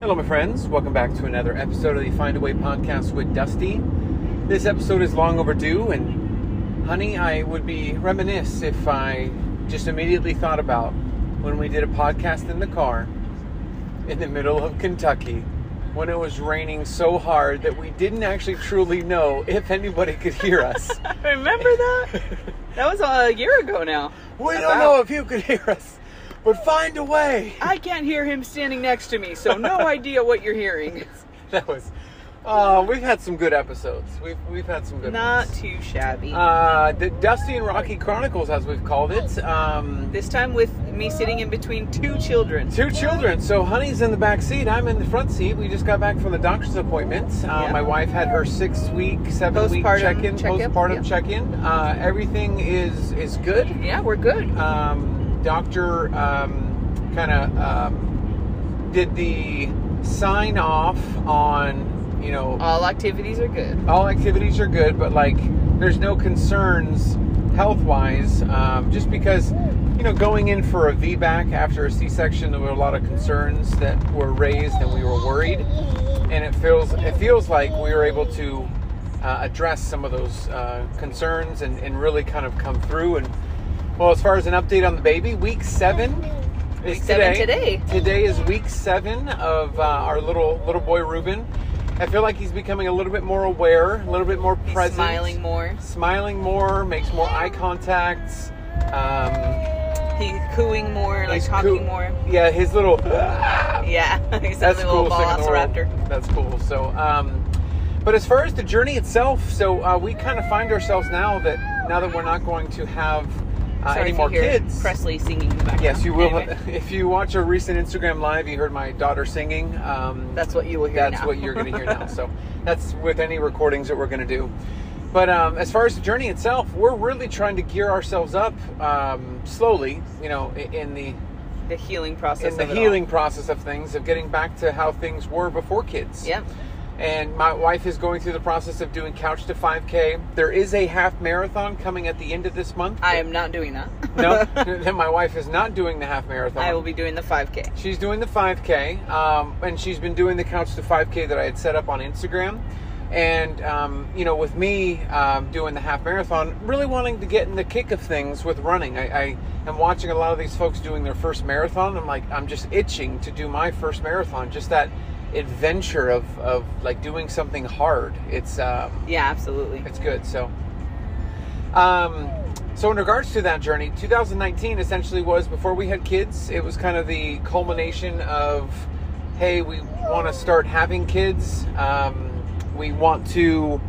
Hello, my friends. Welcome back to another episode of the Find a Way podcast with Dusty. This episode is long overdue, and honey, I would be remiss if I just immediately thought about when we did a podcast in the car in the middle of Kentucky when it was raining so hard that we didn't actually truly know if anybody could hear us. Remember that? that was a year ago now. we don't About. know if you could hear us, but find a way. I can't hear him standing next to me, so no idea what you're hearing. That was. Oh, we've had some good episodes. We've we've had some good. Not ones. too shabby. Uh, the Dusty and Rocky Chronicles, as we've called it. Oh. Um, this time with me sitting in between two children. two children. So Honey's in the back seat. I'm in the front seat. We just got back from the doctor's appointment. Uh, Yeah. My wife had her six week, seven week Postpartum check in, checkup, postpartum yeah. check in. Uh, everything is is good. Yeah, we're good. um, doctor um, kind of um, did the sign off on you know All activities are good. all activities are good but like there's no concerns health wise um, just because you know going in for a VBAC after a C-section there were a lot of concerns that were raised and we were worried and it feels it feels like we were able to uh, address some of those uh, concerns and, and really kind of come through and well as far as an update on the baby week seven is Week seven today. Today is week seven of uh, our little little boy Ruben. I feel like he's becoming a little bit more aware, a little bit more He's present, smiling more. smiling more, makes more eye contacts. Um, He's cooing more, like he's talking coo- more. Yeah, his little. Yeah, he's a that's little cool. second in the world. velociraptor. That's cool. So, um, but as far as the journey itself, so uh, we kind of find ourselves now that now that we're not going to have uh, Sorry any if more you hear kids. Presley singing in the background. Yes, you will. Anyway, If you watch a recent Instagram live, you heard my daughter singing. Um, that's what you will hear that's now. what you're going to hear now. So that's with any recordings that we're going to do. But um, as far as the journey itself, we're really trying to gear ourselves up um, slowly. You know, i- in the the healing process in the of it all. healing process of things, of getting back to how things were before kids. Yep. And my wife is going through the process of doing couch to 5K. There is a half marathon coming at the end of this month. I am not doing that. no, my wife is not doing the half marathon. I will be doing the 5K. She's doing the 5K, um, and she's been doing the couch to 5K that I had set up on Instagram. And um, you know, with me um, doing the half marathon, really wanting to get in the kick of things with running. I, I am watching a lot of these folks doing their first marathon. I'm like, I'm just itching to do my first marathon. Just that adventure of, of like doing something hard. It's um, Yeah, absolutely. it's good. So, um, so in regards to that journey, 2019 essentially was before we had kids. It was kind of the culmination of, hey, we want to start having kids. Um, we want to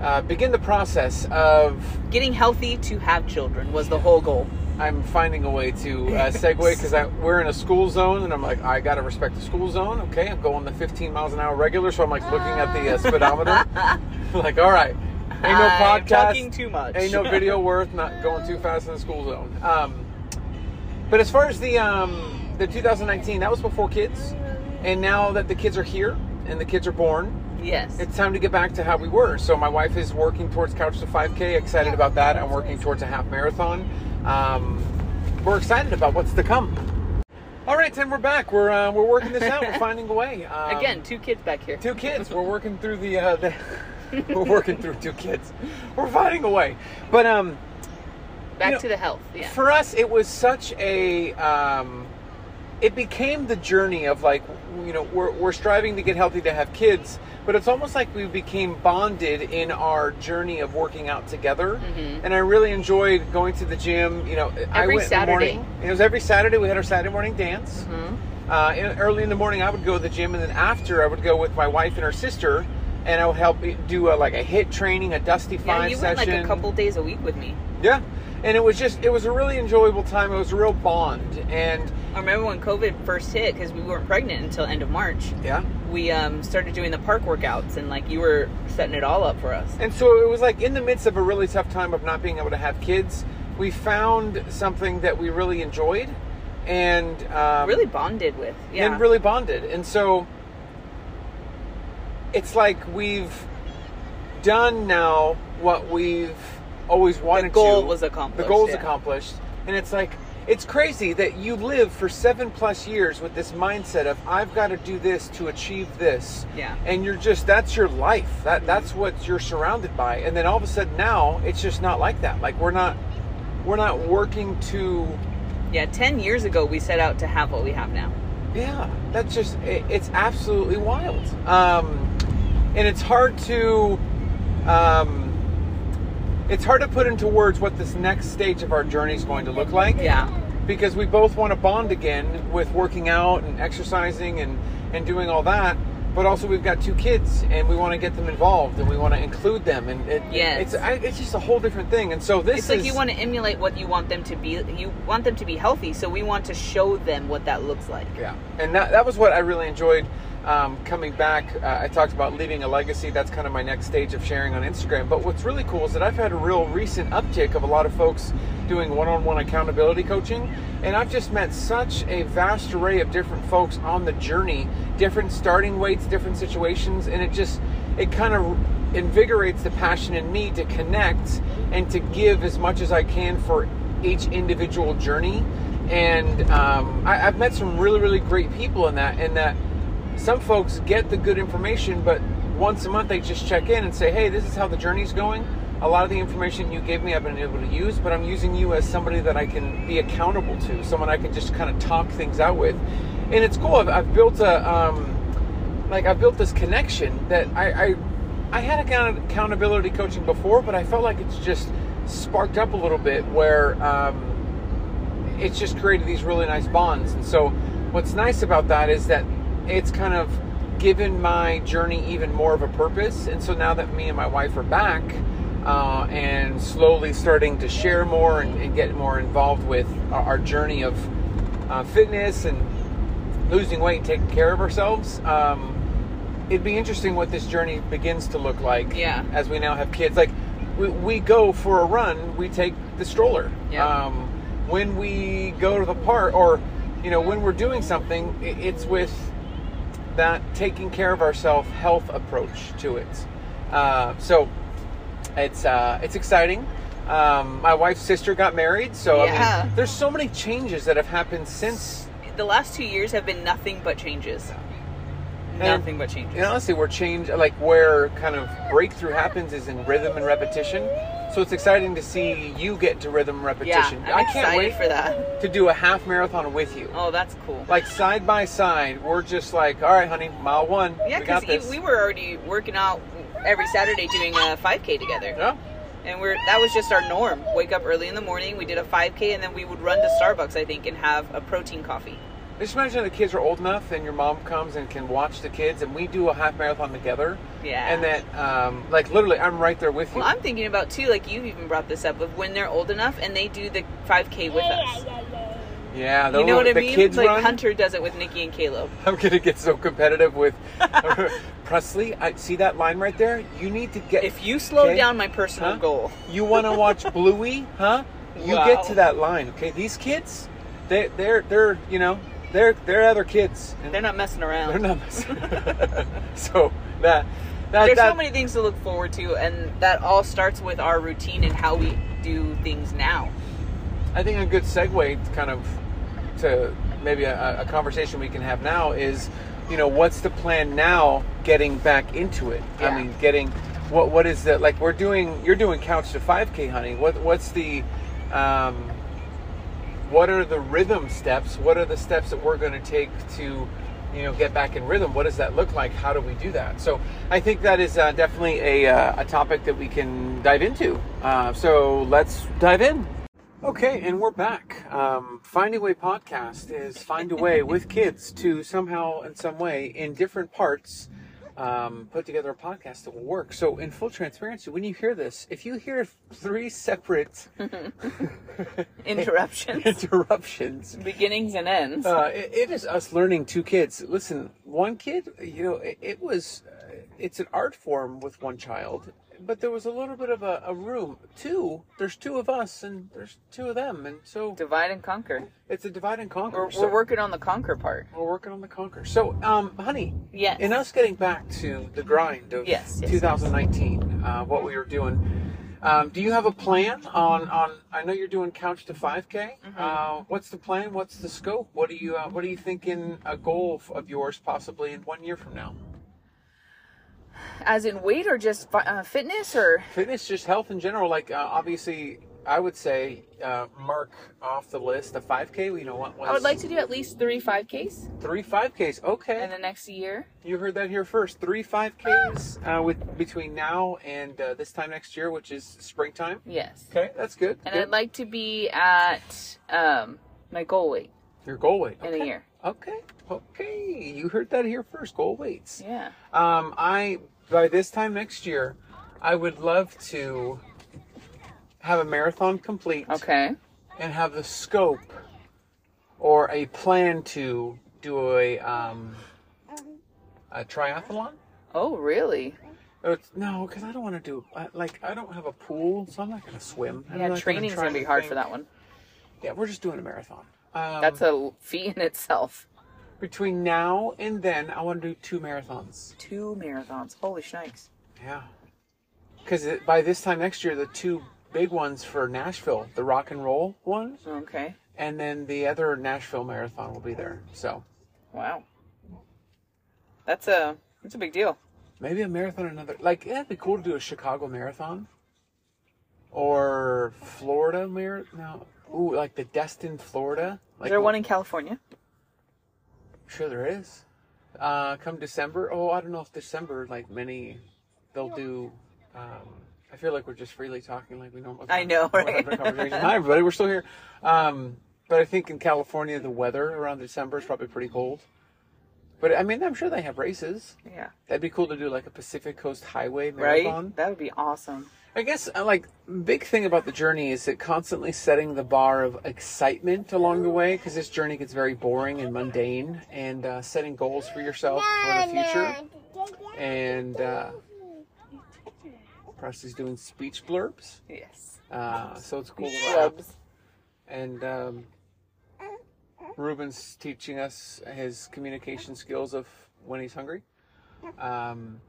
uh, begin the process of. Getting healthy to have children was the whole goal. I'm finding a way to uh, segue because we're in a school zone, and I'm like, I gotta respect the school zone. Okay, I'm going the 15 miles an hour regular, so I'm like looking at the uh, speedometer, like, all right, ain't no I'm podcast, talking too much. Ain't no video worth not going too fast in the school zone. Um, but as far as the um, the 2019, that was before kids, and now that the kids are here and the kids are born, yes. it's time to get back to how we were. So my wife is working towards Couch to 5K. Excited about that. I'm working towards a half marathon. Um, we're excited about what's to come. All right, Tim, we're back. We're uh, we're working this out. We're finding a way. Um, Again, two kids back here. two kids. We're working through the, uh, the we're working through two kids. We're finding a way. But um, you back know, to the health. Yeah. for us, it was such a um, it became the journey of like you know we're we're striving to get healthy to have kids, but it's almost like we became bonded in our journey of working out together. And I really enjoyed going to the gym. You know, I Mm-hmm. Every went in the Saturday. morning. It was every Saturday. We had our Saturday morning dance Mhm. uh, in, early in the morning I would go to the gym, and then after I would go with my wife and her sister, and I would help do a, like a hit training, a dusty Yeah, five you went session. like a couple days a week with me. Yeah, and it was just it was a really enjoyable time. It was a real bond, and I remember when COVID first hit because we weren't pregnant until end of March. yeah, We um, started doing the park workouts and like you were setting it all up for us. and so it was like in the midst of a really tough time of not being able to have kids, we found something that we really enjoyed, and um, Really bonded with. Yeah. and really bonded. And so it's like we've done now what we've always wanted goal to. was accomplished, The goal's yeah. accomplished. And it's like It's crazy that you live for seven plus years with this mindset of I've got to do this to achieve this. Yeah. And you're just that's your life. That that's what you're surrounded by. And then all of a sudden now it's just not like that. Like we're not we're not working to Yeah, 10 years ago, we set out to have what we have now. yeah that's just it, it's absolutely wild um, and it's hard to um, it's hard to put into words what this next stage of our journey is going to look like Yeah. because we both want to bond again with working out and exercising and and doing all that but also we've got two kids and we want to get them involved and we want to include them and it, Yes. it's I, it's just a whole different thing and so this It's like is you want to emulate what you want them to be. You want them to be healthy, so we want to show them what that looks like. Yeah, and that, that was what I really enjoyed um, coming back. Uh, I talked about leaving a legacy. That's kind of my next stage of sharing on Instagram. But what's really cool is that I've had a real recent uptick of a lot of folks doing one on one accountability coaching. And I've just met such a vast array of different folks on the journey, different starting weights, different situations. And it just, it kind of invigorates the passion in me to connect and to give as much as I can for each individual journey and um, I, I've met some really really great people in that in that some folks get the good information but once a month they just check in and say hey this is how the journey's going a lot of the information you gave me I've been able to use but I'm using you as somebody that I can be accountable to someone I can just kind of talk things out with and it's cool I've, I've built a um, like I built this connection that I I, I had account- accountability coaching before, but I felt like it's just sparked up a little bit where um, it's just created these really nice bonds. And so, what's nice about that is that it's kind of given my journey even more of a purpose. And so now that me and my wife are back. Uh, and slowly starting to share more and, and get more involved with our, our journey of uh, fitness and losing weight and taking care of ourselves. Um, it'd be interesting what this journey begins to look like. Yeah. As we now have kids, like we, we go for a run, we take the stroller. Yeah. Um, when we go to the park, or you know, when we're doing something, i it's with that taking care of ourselves health approach to it. Uh, so it's uh, it's exciting. Um, my wife's sister got married, so I Yeah. mean, there's so many changes that have happened since The last two years have been nothing but changes. Nothing but changes. And honestly, where change, like where kind of breakthrough happens, is in rhythm and repetition. So it's exciting to see you get to rhythm and Yeah, repetition. I'm I excited can't wait for that. to do a half marathon with you. Oh, that's cool. Like side by side, we're just like, all right, honey, mile one. yeah, we got because this. we were already working out every Saturday doing a 5K together, yeah, and we're that was just our norm. Wake up early in the morning, we did a 5K, and then we would run to Starbucks, I think, and have a protein coffee. just imagine the kids are old enough, and your mom comes and can watch the kids, and we do a half marathon together. Yeah. And that, um, like, literally, I'm right there with you. Well, I'm thinking about too, like you even brought this up, of when they're old enough and they do the 5K with us. yeah, the, You know what I the mean? kids like run. Hunter does it with Nikki and Caleb. I'm gonna get so competitive with Presley. I see that line right there. You need to get. If you slow okay? down my personal Huh? goal, you want to watch Bluey, huh? You Wow. get to that line, okay? These kids, they, they're they're you know they're they're other kids. And they're not messing around. They're not. so that that There's that, so many things to look forward to, and that all starts with our routine and how we do things now. I think a good segue to kind of to maybe a, a conversation we can have now is, you know, what's the plan now getting back into it? Yeah. I mean, getting what what is the like we're doing you're doing couch to 5k hunting. What what's the um what are the rhythm steps? What are the steps that we're going to take to you know get back in rhythm? What does that look like? How do we do that? So I think that is uh, definitely a, uh, a topic that we can dive into. Uh, so let's dive in. Okay, and we're back. Um, Find a Way podcast is find a way with kids to somehow, in some way, in different parts, um, put together a podcast that will work. So, in full transparency, when you hear this, if you hear three separate Interruptions, interruptions, beginnings, and ends. uh, it, it is us learning two kids. Listen, one kid, you know, it, it was, uh, it's an art form with one child, but there was a little bit of a, a room. Two, there's two of us and there's two of them. And so Divide and conquer. it's a divide and conquer. We're, So we're working on the conquer part. we're working on the conquer. So, um, honey, Yes. in us getting back to the grind of Yes, yes, 2019, Uh, what we were doing, Um, do you have a plan on, on? I know you're doing couch to 5K. Mm-hmm. Uh, what's the plan? What's the scope? What are you uh, What are you thinking? A goal f- of yours possibly in one year from now? As in weight or just fi- uh, fitness or Fitness, just health in general. Like uh, obviously, I would say uh, mark off the list the 5K. You know what? I would like to do at least three 5Ks three 5Ks. Okay. in the next year. You heard that here first. Three 5Ks uh, with between now and uh, this time next year, which is springtime. Yes. Okay, that's good. And good. I'd like to be at um, my goal weight your goal weight in Okay. a year. Okay, okay, you heard that here first. Goal weights. Yeah. Um, I by this time next year, I would love to have a marathon complete Okay. and have the scope or a plan to do a um, a triathlon. Oh, really? Oh, it's- No, because I don't want to do I, like I don't have a pool, so I'm not going to swim. I'm not Yeah, gonna training's try going to be and hard think- for that one. Yeah, we're just doing a marathon. Um, That's a feat in itself. between now and then. I want to do two marathons. Two marathons. Holy shnikes. Yeah, because by this time next year, the two big ones for Nashville, the rock and roll one, Okay. and then the other Nashville marathon will be there. So Wow. That's a that's a big deal. maybe a marathon, another like yeah, it'd be cool to do a Chicago marathon or Florida mar. No, ooh, like the Destin, Florida. Like Is there one in California? Sure, there is. Uh, come December. Oh, I don't know if December, like many, they'll do. Um, I feel like we're just freely talking, like we don't. I know, we're right? having a conversation. Hi, everybody. We're still here. Um, but I think in California, the weather around December is probably pretty cold. But I mean, I'm sure they have races. Yeah. That'd be cool to do like a Pacific Coast Highway Right? marathon. That would be awesome. I guess uh, like big thing about the journey is it constantly setting the bar of excitement along the way because this journey gets very boring and mundane and uh, setting goals for yourself for the future and uh, Presty's doing speech blurbs Yes. uh, so it's cool Clubs. and um, Ruben's teaching us his communication skills of when he's hungry. Um,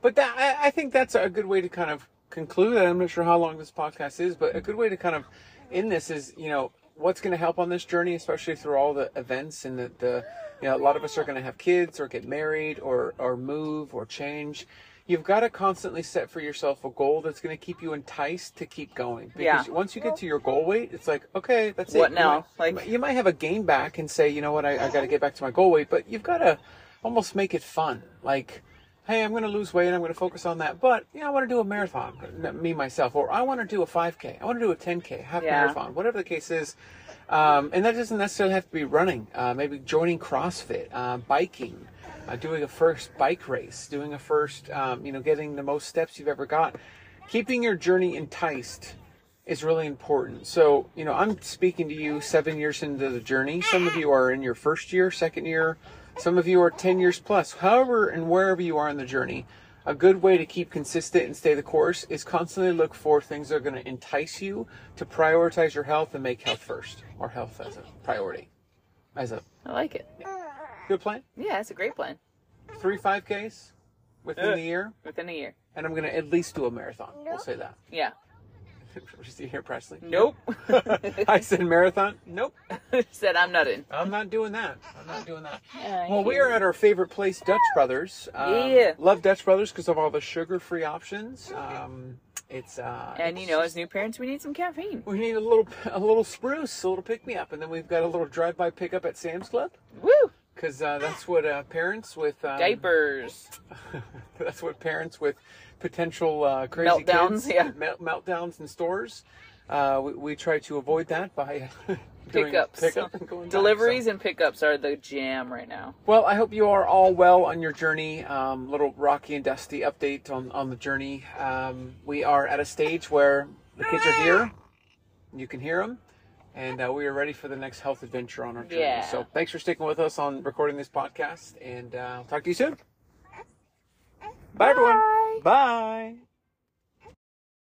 but that I, I think that's a good way to kind of conclude. I'm not sure how long this podcast is, but a good way to kind of end this is you know what's going to help on this journey, especially through all the events and the, the you know a lot of us are going to have kids or get married or or move or change. You've got to constantly set for yourself a goal that's going to keep you enticed to keep going. Because Yeah. once you get to your goal weight, it's like, okay, that's What it. now? You might, Like- you might have a gain back and say, you know what, I, I got to get back to my goal weight, but you've got to almost make it fun. Like, hey, I'm going to lose weight. I'm going to focus on that, but you know, I want to do a marathon, n- me myself, or I want to do a 5K. I want to do a 10K, half Yeah. marathon, whatever the case is. Um, and that doesn't necessarily have to be running. Uh, maybe joining CrossFit, uh, biking, uh, doing a first bike race, doing a first, um, you know, getting the most steps you've ever got. Keeping your journey enticed is really important. So, you know, I'm speaking to you seven years into the journey. Some of you are in your first year, second year. Some of you are 10 years plus. However, and wherever you are in the journey, a good way to keep consistent and stay the course is constantly look for things that are going to entice you to prioritize your health and make health first or health as a priority. As a I like it. good plan, Yeah, that's a great plan. three 5Ks within the year, Within a year. and I'm going to at least do a marathon. We'll say that. Yeah. Just you hear Presley? Nope. I said marathon? Nope. Said I'm not in. I'm not doing that. I'm not doing that. I Well, we are at our favorite place, Dutch Brothers. Um, Yeah. Love Dutch Brothers because of all the sugar-free options. Um, it's uh, And you it's know, just- as new parents, we need some caffeine. we need a little, a little spruce, a little pick-me-up, and then we've got a little drive-by pickup at Sam's Club Woo! because uh, that's what uh, parents with um, Diapers. that's what parents with potential uh, crazy Meltdowns, kids, yeah. mel- meltdowns in stores. Uh, we, we try to avoid that by doing Pickups. pickup and going back, so- Deliveries and pickups are the jam right now. Well, I hope you are all well on your journey. Um, little rocky and dusty update on, on the journey. Um, we are at a stage where the kids are here. You can hear them. And uh, we are ready for the next health adventure on our journey. Yeah. So thanks for sticking with us on recording this podcast. And uh, I'll talk to you soon. Bye, everyone. Bye.